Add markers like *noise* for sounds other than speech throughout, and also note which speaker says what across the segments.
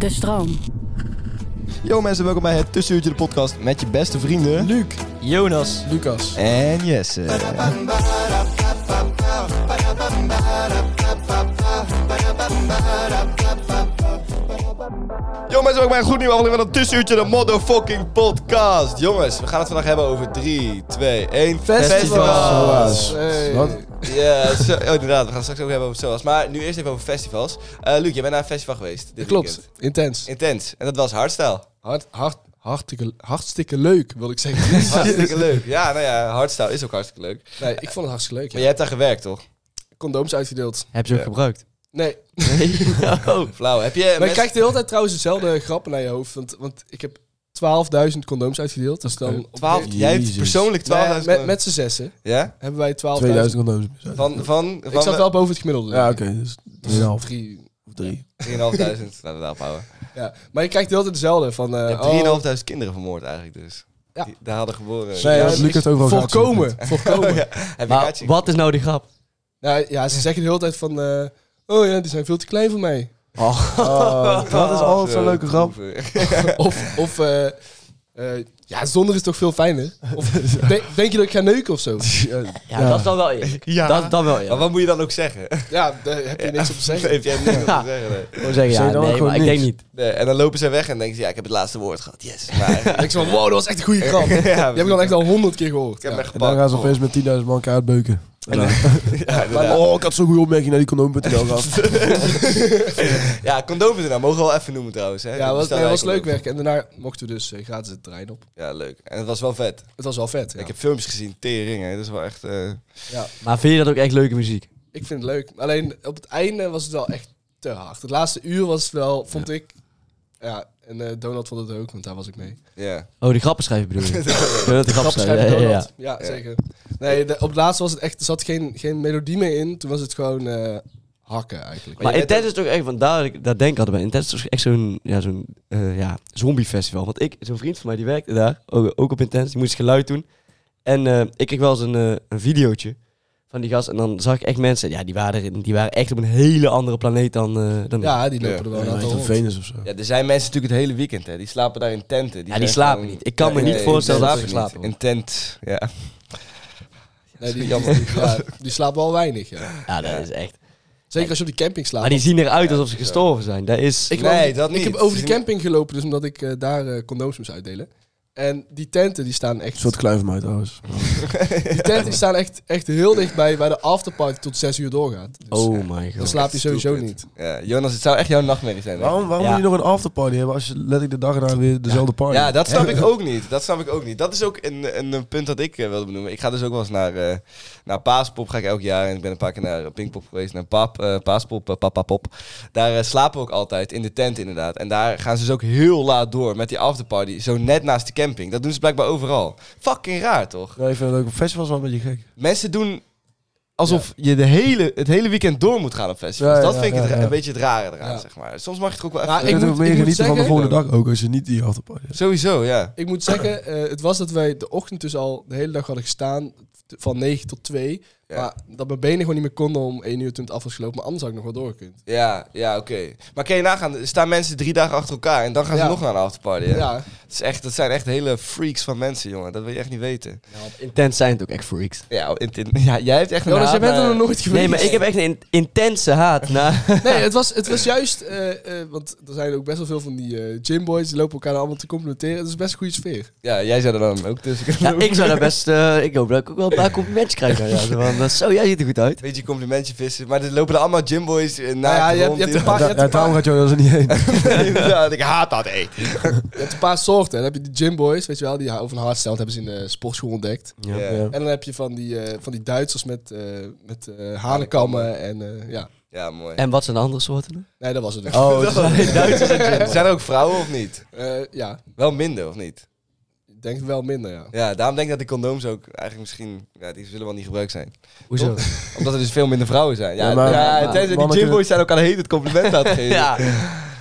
Speaker 1: De stroom.
Speaker 2: Yo mensen, welkom bij het Tussenuurtje de podcast met je beste vrienden... Luc, Jonas
Speaker 3: Lucas.
Speaker 2: en Jesse. Yo mensen, welkom bij een goed nieuwe aflevering van het Tussenuurtje de motherfucking podcast. Jongens, we gaan het vandaag hebben over 3, 2, 1...
Speaker 3: Festivals. Hey.
Speaker 4: Wat?
Speaker 2: Ja, zo- oh, inderdaad, we gaan het straks ook hebben over zoals. Maar nu eerst even over festivals. Eh Luc, jij bent naar een festival geweest dit
Speaker 3: Klopt,
Speaker 2: weekend.
Speaker 3: intens.
Speaker 2: Intens, en dat was hardstyle.
Speaker 3: Hard, hard, hartstikke, hartstikke leuk, wil ik zeggen.
Speaker 2: Hartstikke leuk. Ja, nou ja, hardstyle is ook hartstikke leuk. Nou Maar
Speaker 3: nee, ik vond het hartstikke leuk. Ja.
Speaker 2: jij hebt daar gewerkt, toch?
Speaker 3: Condooms uitgedeeld.
Speaker 4: Heb je ook gebruikt?
Speaker 3: Nee,
Speaker 2: Oh, flauw. Heb je...
Speaker 3: maar je
Speaker 2: mensen-
Speaker 3: krijgt de hele tijd trouwens dezelfde grappen naar je hoofd. Want, want ik heb 12.000 condooms uitgedeeld. Dus dan... op-
Speaker 2: 12, jij hebt
Speaker 4: Jezus.
Speaker 2: persoonlijk 12.000...
Speaker 3: Nee, met, met z'n zessen
Speaker 2: Ja?
Speaker 3: hebben wij 12.000.
Speaker 4: 2000 condooms.
Speaker 2: Van, van, van,
Speaker 3: Ik zat wel boven het gemiddelde.
Speaker 4: Ja, oké. dus 2,5 of
Speaker 3: Drie.
Speaker 4: 3.
Speaker 2: 3.500. Nou, dat ophouden.
Speaker 3: Ja. Maar je krijgt de hele tijd dezelfde. Van, eh,
Speaker 2: Je
Speaker 3: oh,
Speaker 2: hebt 3.500 kinderen vermoord eigenlijk dus.
Speaker 3: Ja.
Speaker 2: Die, daar hadden geboren.
Speaker 4: Nee,
Speaker 3: ja,
Speaker 4: als
Speaker 2: *laughs*
Speaker 4: Lucas overal gaat,
Speaker 3: Voorkomen, voorkomen.
Speaker 2: Heb je
Speaker 4: Maar
Speaker 2: kaartje?
Speaker 4: wat is nou die grap?
Speaker 3: Nou, ja, ze zeggen de hele tijd van... eh, oh ja, die zijn veel te klein voor
Speaker 2: *laughs*
Speaker 3: mij.
Speaker 4: Oh,
Speaker 3: *laughs*
Speaker 4: dat is altijd zo'n leuke grap.
Speaker 3: Of, of eh, eh, ja, zonder is toch veel fijner?
Speaker 2: *laughs*
Speaker 3: Of, de- denk je dat ik ga neuken of zo?
Speaker 4: Ja, dat is dan wel eerlijk. Dat is dan wel
Speaker 2: Maar
Speaker 4: eerlijk.
Speaker 2: wat moet je dan ook zeggen?
Speaker 3: Ja, daar heb je
Speaker 2: *laughs*
Speaker 3: niks op te zeggen.
Speaker 2: Heeft jij niks te zeggen, nee.
Speaker 4: Gewoon zeggen, ja,
Speaker 3: Zeg dan
Speaker 4: nee,
Speaker 3: gewoon
Speaker 4: maar ik denk
Speaker 3: niks.
Speaker 4: niet.
Speaker 2: Nee, En dan lopen ze weg en denken ze, ja, ik heb het laatste woord gehad. Yes. Maar eigenlijk-
Speaker 3: Ik zo van, wow, dat was echt een goede grap.
Speaker 2: *laughs* Ja,
Speaker 3: Die heb ik dan echt al honderd keer gehoord.
Speaker 2: Ik heb
Speaker 3: Ja.
Speaker 2: hem echt
Speaker 4: En dan
Speaker 2: gepakt.
Speaker 4: gaan ze opeens met 10.000 man elkaar uitbeuken.
Speaker 2: Ja, inderdaad.
Speaker 4: Oh, ik had zo'n goede opmerking naar die condoom.nl *laughs* gehad.
Speaker 2: Ja, condooms nou, mogen we wel even noemen trouwens. Hè?
Speaker 3: Ja, was,
Speaker 2: Bestel
Speaker 3: nee, was
Speaker 2: wij
Speaker 3: leuk
Speaker 2: condooms.
Speaker 3: werk. En daarna mochten we dus eh, gratis het terrein op.
Speaker 2: Ja, leuk. En het was wel vet.
Speaker 3: Het was wel vet. Ja.
Speaker 2: Ik heb filmpjes gezien, tering, hè. Dat is wel echt... eh,
Speaker 3: Ja,
Speaker 4: Maar vind je dat ook echt leuke muziek?
Speaker 3: ik vind het leuk. Alleen op het einde was het wel echt te hard. Het laatste uur was het wel, vond ik... Ja, en eh, Donald vond het ook, want daar was ik mee.
Speaker 2: Ja.
Speaker 4: Oh, die grappen schrijven bedoel je? Ja, dat de grappen schrijven,
Speaker 3: Schrijven
Speaker 4: ja, ja, ja.
Speaker 3: Donald. Ja, zeker. Nee, de- op het laatst was het echt, er zat geen, geen melodie meer in. Toen was het gewoon eh, hakken eigenlijk.
Speaker 5: Maar
Speaker 2: Maar je
Speaker 5: Intense
Speaker 2: weet
Speaker 5: is toch echt, want daar, daar denk ik altijd bij. Intense is toch echt zo'n ja, zo'n eh, ja, zombiefestival. Want ik, zo'n vriend van mij die werkte daar, ook, ook op Intense, die moest geluid doen. En eh, ik kreeg wel eens een, eh, een videootje van die gast. En dan zag ik echt mensen, ja, die waren, er- die waren echt op een hele andere planeet dan, eh, dan ik.
Speaker 3: Ja, die lopen
Speaker 2: Ja.
Speaker 3: er wel een
Speaker 4: Ja, echt
Speaker 3: aantal
Speaker 4: een
Speaker 3: rond.
Speaker 4: Venus of zo.
Speaker 2: Ja, er zijn mensen natuurlijk het hele weekend, hè. Die slapen daar in tenten.
Speaker 5: Ja, die
Speaker 2: zijn
Speaker 5: slapen
Speaker 2: gewoon-
Speaker 5: niet. Ik kan me niet voorstellen dat ze
Speaker 2: slapen niet.
Speaker 5: slapen,
Speaker 2: In tent, ja.
Speaker 3: Nee, die, die, ja, die slaapt wel weinig. Ja.
Speaker 5: Ja, dat is echt.
Speaker 3: Zeker als je op die camping slaapt.
Speaker 5: Maar die zien eruit alsof ze gestorven zijn. Dat is...
Speaker 3: ik, heb
Speaker 2: Nee,
Speaker 3: over die-
Speaker 2: dat
Speaker 3: ik heb
Speaker 2: niet.
Speaker 3: over die
Speaker 2: Ze zien-
Speaker 3: camping gelopen, dus omdat ik eh, daar eh, condooms moest uitdelen. En die tenten die staan echt,
Speaker 4: Een soort kluif van mij trouwens.
Speaker 3: die tenten die staan echt, echt heel dichtbij waar de afterparty tot zes uur doorgaat. Dus
Speaker 5: oh my
Speaker 3: dan
Speaker 5: god.
Speaker 3: slaapt hij sowieso
Speaker 2: Stupid.
Speaker 3: niet.
Speaker 2: Ja, Jonas, het zou echt jouw nachtmerrie zijn. hè?
Speaker 4: Waarom, waarom
Speaker 5: Ja.
Speaker 4: moet je nog een afterparty hebben als je letterlijk de dag daarna weer dezelfde
Speaker 3: Oh,
Speaker 4: party
Speaker 2: Ja, dat snap
Speaker 3: *laughs*
Speaker 4: hebt?
Speaker 2: ik ook niet. Dat snap ik ook niet. Dat is ook een, een, een punt dat ik eh, wilde benoemen. Ik ga dus ook wel eens naar, eh, naar Paaspop, ga ik elk jaar. En ik ben een paar keer naar eh, Pinkpop geweest, naar Pap, eh, Paaspop, eh, Papa Pop. Daar eh, slapen we ook altijd, in de tent inderdaad. En daar gaan ze dus ook heel laat door met die afterparty, zo net naast de camping. Dat doen ze blijkbaar overal. Fucking raar, toch?
Speaker 4: Ja, ik vind het ook op festivals wel een beetje gek.
Speaker 3: Ah,
Speaker 2: Mensen doen alsof je de hele, het hele weekend door moet gaan op festivals.
Speaker 4: Ja,
Speaker 2: dat
Speaker 4: ja,
Speaker 2: vind ik
Speaker 4: ja,
Speaker 2: het, ra-
Speaker 4: ja.
Speaker 2: een beetje het rare eraan,
Speaker 3: Ja.
Speaker 2: zeg maar. Soms mag je het ook wel
Speaker 3: Ja,
Speaker 2: even...
Speaker 3: ik
Speaker 4: Ik
Speaker 3: moet-
Speaker 4: moet meer
Speaker 3: ik moet
Speaker 4: genieten van de
Speaker 3: zeggen-
Speaker 4: volgende dag ook als je niet die afterparty hebt.
Speaker 2: Sowieso, ja.
Speaker 3: Ik moet zeggen, eh, het was dat wij de ochtend dus al de hele dag hadden gestaan, t- van 9 tot 2.
Speaker 2: Ja.
Speaker 3: Maar dat mijn benen gewoon niet meer konden om 1 uur toen het af was gelopen. Maar anders had ik nog wel doorgekund.
Speaker 2: Ja, ja, oké. Maar kun je nagaan, er staan mensen drie dagen achter elkaar en dan gaan ze
Speaker 3: Ja.
Speaker 2: nog naar een afterparty.
Speaker 3: Ja.
Speaker 2: Hè? Het is echt, dat zijn echt hele freaks van mensen, jongen. Dat wil je echt niet weten.
Speaker 5: Intens zijn het ook echt freaks.
Speaker 3: oh,
Speaker 2: Ja, in, in- ja jij hebt echt een eh,
Speaker 3: Jonas, jij
Speaker 2: haat
Speaker 3: bent er
Speaker 2: naar-
Speaker 3: nog nooit geweest.
Speaker 5: Nee, maar ik heb echt een in- intense haat naar...
Speaker 3: *laughs* Nee, het was, het was juist... eh, eh, want er zijn ook best wel veel van die eh, gymboys. Die lopen elkaar allemaal te complimenteren. Het is best een goede sfeer.
Speaker 2: Ja, jij zou er dan ook tussen kunnen
Speaker 5: Ja,
Speaker 2: lopen.
Speaker 5: *laughs* ik zou daar best... eh, ik hoop dat ik ook wel een paar complimentjes krijg. Ja, zo van, eh, zo, jij ziet er goed uit.
Speaker 2: Beetje complimentje vissen. Maar er lopen er allemaal gymboys eh,
Speaker 3: Nou ja,
Speaker 2: naakt
Speaker 3: je hebt-
Speaker 2: rond
Speaker 3: je hebt
Speaker 2: in-
Speaker 3: een paar-
Speaker 2: *laughs*
Speaker 4: Ja,
Speaker 3: je hebt een
Speaker 4: daarom
Speaker 3: paar-
Speaker 4: gaat Jonas er niet heen.
Speaker 3: *laughs*
Speaker 2: Inderdaad, ik haat dat, hé.
Speaker 3: Je hebt een paar soorten. Dan heb je die gymboys, weet je wel. Die over een hardstyle hebben ze in de sportschool ontdekt.
Speaker 2: Ja. Ja.
Speaker 4: Ja.
Speaker 3: En dan heb je van die, eh, van die Duitsers met, eh met eh, hanenkammen. En eh, ja,
Speaker 2: mooi.
Speaker 5: En wat zijn de andere soorten? dan?
Speaker 3: nee, *laughs* dat was het dus.
Speaker 5: *laughs* Oh, het zijn Duitsers
Speaker 2: *laughs*
Speaker 5: en Germans.
Speaker 2: Zijn er ook vrouwen of niet?
Speaker 3: Eh, ja,
Speaker 2: Wel minder, of niet?
Speaker 3: ik denk wel minder, ja.
Speaker 2: Ja, daarom denk ik dat die condooms ook eigenlijk misschien... Ja, die zullen wel niet gebruikt zijn.
Speaker 5: Hoezo?
Speaker 2: Omdat er dus veel minder vrouwen zijn. Ja, ja,
Speaker 4: Ja, maar-
Speaker 2: ja,
Speaker 4: maar-
Speaker 2: tenzij die
Speaker 4: mannen
Speaker 2: gymboys zijn ook aan het het compliment aan het
Speaker 3: *laughs*
Speaker 2: geven.
Speaker 5: Ja.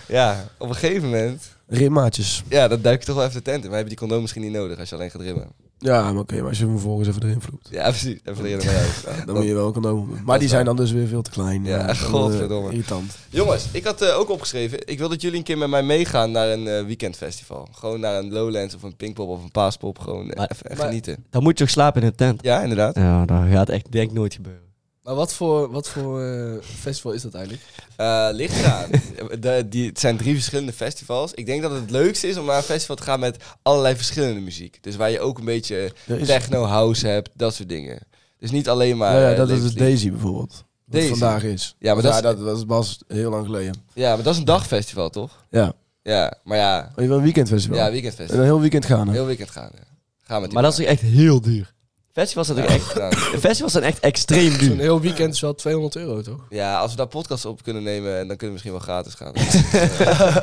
Speaker 2: Ja, op een gegeven moment...
Speaker 4: Rimmaatjes.
Speaker 2: Ja, dan duik je toch wel even de tent in. Maar heb je die condoom misschien niet nodig als je alleen gaat rimmen.
Speaker 4: Ja, maar oké, maar als je hem vervolgens even erin vloept.
Speaker 2: Ja, precies. Even leren maar uit. Ja,
Speaker 4: Dan
Speaker 2: dat-
Speaker 4: moet je wel een condoom hebben.
Speaker 2: dat
Speaker 4: Maar
Speaker 2: is
Speaker 4: die zijn
Speaker 2: waar.
Speaker 4: dan dus weer veel te klein.
Speaker 2: Ja,
Speaker 4: eh, dan, eh,
Speaker 2: godverdomme.
Speaker 4: Irritant.
Speaker 2: *laughs* Jongens, ik had eh, ook opgeschreven. Ik wil dat jullie een keer met mij meegaan naar een eh, weekendfestival. Gewoon naar een Lowlands of een Pinkpop of een Paaspop. Gewoon eh,
Speaker 5: Maar-
Speaker 2: even
Speaker 3: maar-
Speaker 2: genieten.
Speaker 5: Dan moet je toch slapen in een tent.
Speaker 2: Ja, inderdaad.
Speaker 5: Ja, dat gaat echt denk ik nooit gebeuren.
Speaker 3: Maar wat voor, wat voor eh, festival is dat eigenlijk?
Speaker 2: Eh, ligt eraan. *laughs* De- die, het zijn drie verschillende festivals. Ik denk dat het leukste is om naar een festival te gaan met allerlei verschillende muziek. Dus waar je ook een beetje
Speaker 4: Er is-
Speaker 2: techno, house hebt, dat soort dingen. Dus niet alleen maar...
Speaker 4: nou ja,
Speaker 2: eh,
Speaker 4: dat is dus
Speaker 2: levenslied.
Speaker 4: Daisy bijvoorbeeld. Wat
Speaker 2: Daisy?
Speaker 4: vandaag is.
Speaker 2: Ja, maar dat is-
Speaker 4: dat, dat is pas heel lang geleden.
Speaker 2: Ja, maar dat is een dagfestival, toch?
Speaker 4: Ja.
Speaker 2: Ja, maar ja.
Speaker 4: Oh, je wil een weekendfestival?
Speaker 2: Ja,
Speaker 4: En
Speaker 2: weekendfestival.
Speaker 4: een heel weekend gaan. hè?
Speaker 2: Heel weekend gaan. hè. Gaan met die
Speaker 5: Maar dat is
Speaker 2: maat.
Speaker 5: toch echt heel duur. Festivals zijn, toch echt,
Speaker 2: Ja, gedaan.
Speaker 5: festivals zijn echt extreem
Speaker 3: Zo'n
Speaker 5: duur.
Speaker 3: heel weekend is wel 200 euro, toch?
Speaker 2: Ja, als we daar podcasts op kunnen nemen, dan kunnen we misschien wel gratis
Speaker 5: *laughs*
Speaker 2: gaan. Eh, *laughs*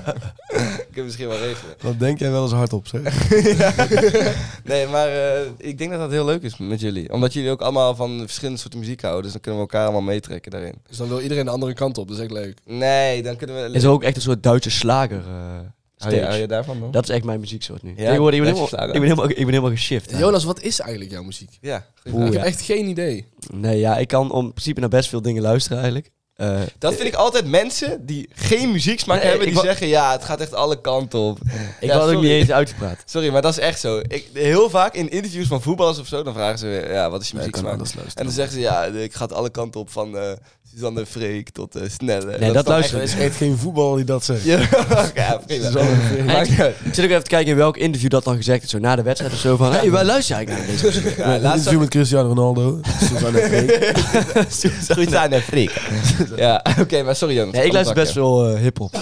Speaker 2: kunnen we misschien wel regelen.
Speaker 4: Dat denk jij wel eens hardop, zeg.
Speaker 2: *laughs* Nee, maar eh, ik denk dat dat heel leuk is met jullie. Omdat jullie ook allemaal van verschillende soorten muziek houden. Dus dan kunnen we elkaar allemaal meetrekken daarin.
Speaker 3: Dus dan wil iedereen de andere kant op, dat is echt leuk.
Speaker 2: Nee, dan kunnen we...
Speaker 5: Is er ook echt een soort Duitse slager eh,
Speaker 2: Hou je,
Speaker 5: stage.
Speaker 2: hou je daarvan dan?
Speaker 5: Dat is echt mijn muzieksoort nu.
Speaker 2: Ja,
Speaker 5: Tegenwoordig, ik ben
Speaker 2: Duitse slager.
Speaker 5: helemaal, ik ben helemaal, ik ben helemaal geshift. eigenlijk.
Speaker 3: Jonas, wat is eigenlijk jouw muziek?
Speaker 2: Ja. goeie vraag.
Speaker 3: Ik
Speaker 5: Oeh, Oh ja.
Speaker 3: heb echt geen idee.
Speaker 5: Nee, ja, ik kan om in principe naar best veel dingen luisteren eigenlijk. Eh,
Speaker 2: Dat vind ik altijd mensen die geen muzieksmaak
Speaker 5: Nee,
Speaker 2: hebben,
Speaker 5: ik
Speaker 2: die
Speaker 5: wa-
Speaker 2: zeggen ja, het gaat echt alle kanten op.
Speaker 5: ik
Speaker 2: Ja,
Speaker 5: had ook
Speaker 2: sorry.
Speaker 5: niet eens uitgepraat.
Speaker 2: Sorry, maar dat is echt zo. Ik, heel vaak in interviews van voetballers of zo, dan vragen ze weer, ja, wat is je
Speaker 4: Nee, ik kan
Speaker 2: muzieksmaak?
Speaker 4: anders
Speaker 2: en
Speaker 4: luisteren.
Speaker 2: dan zeggen ze, ja, ik ga het alle kanten op van eh Suzanne Freek tot eh Snelle.
Speaker 5: Nee, dat luister
Speaker 4: Er
Speaker 5: ik.
Speaker 4: is echt geen voetbal die dat zegt.
Speaker 2: Ja, *laughs* ja, prima. Maakt niet uit.
Speaker 5: Ik zit ook even te kijken in welk interview dat dan gezegd is. Zo na de wedstrijd of zo van, hé, hey, wij luisteren eigenlijk naar deze muziek.
Speaker 4: Ja, een interview met Cristiano
Speaker 2: *laughs*
Speaker 4: Ronaldo. Suzanne Freek.
Speaker 2: Suzanne Freek. Ja, *laughs* oké, maar sorry Jonas.
Speaker 5: Nee, ik luister best
Speaker 2: Onderbrak
Speaker 5: veel eh, hiphop.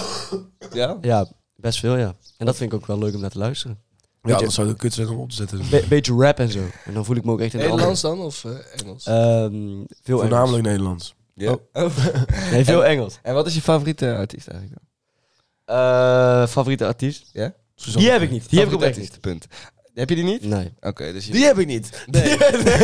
Speaker 2: je. Ja?
Speaker 5: Ja, best veel, ja. En dat vind ik ook wel leuk om naar te luisteren.
Speaker 4: Ja, dat zou de kut zijn om op te zetten.
Speaker 5: Be- beetje rap en zo. En dan voel ik me ook echt in de
Speaker 3: Nederlands dan of eh, Engels?
Speaker 5: Ehm, veel
Speaker 4: Voornamelijk Nederlands.
Speaker 2: Ja. *laughs*
Speaker 5: Engels. Nee, veel Engels.
Speaker 2: Oh. En wat is je favoriete artiest eigenlijk dan?
Speaker 5: Eh, favoriete artiest?
Speaker 4: Suzanne
Speaker 5: Die heb ik
Speaker 4: Freek.
Speaker 5: niet. Die heb ik
Speaker 2: Favoriete
Speaker 5: oprecht niet.
Speaker 2: artiest, punt. Heb je die niet?
Speaker 5: Nee.
Speaker 2: Oké, dus je...
Speaker 4: heb ik niet.
Speaker 2: Nee.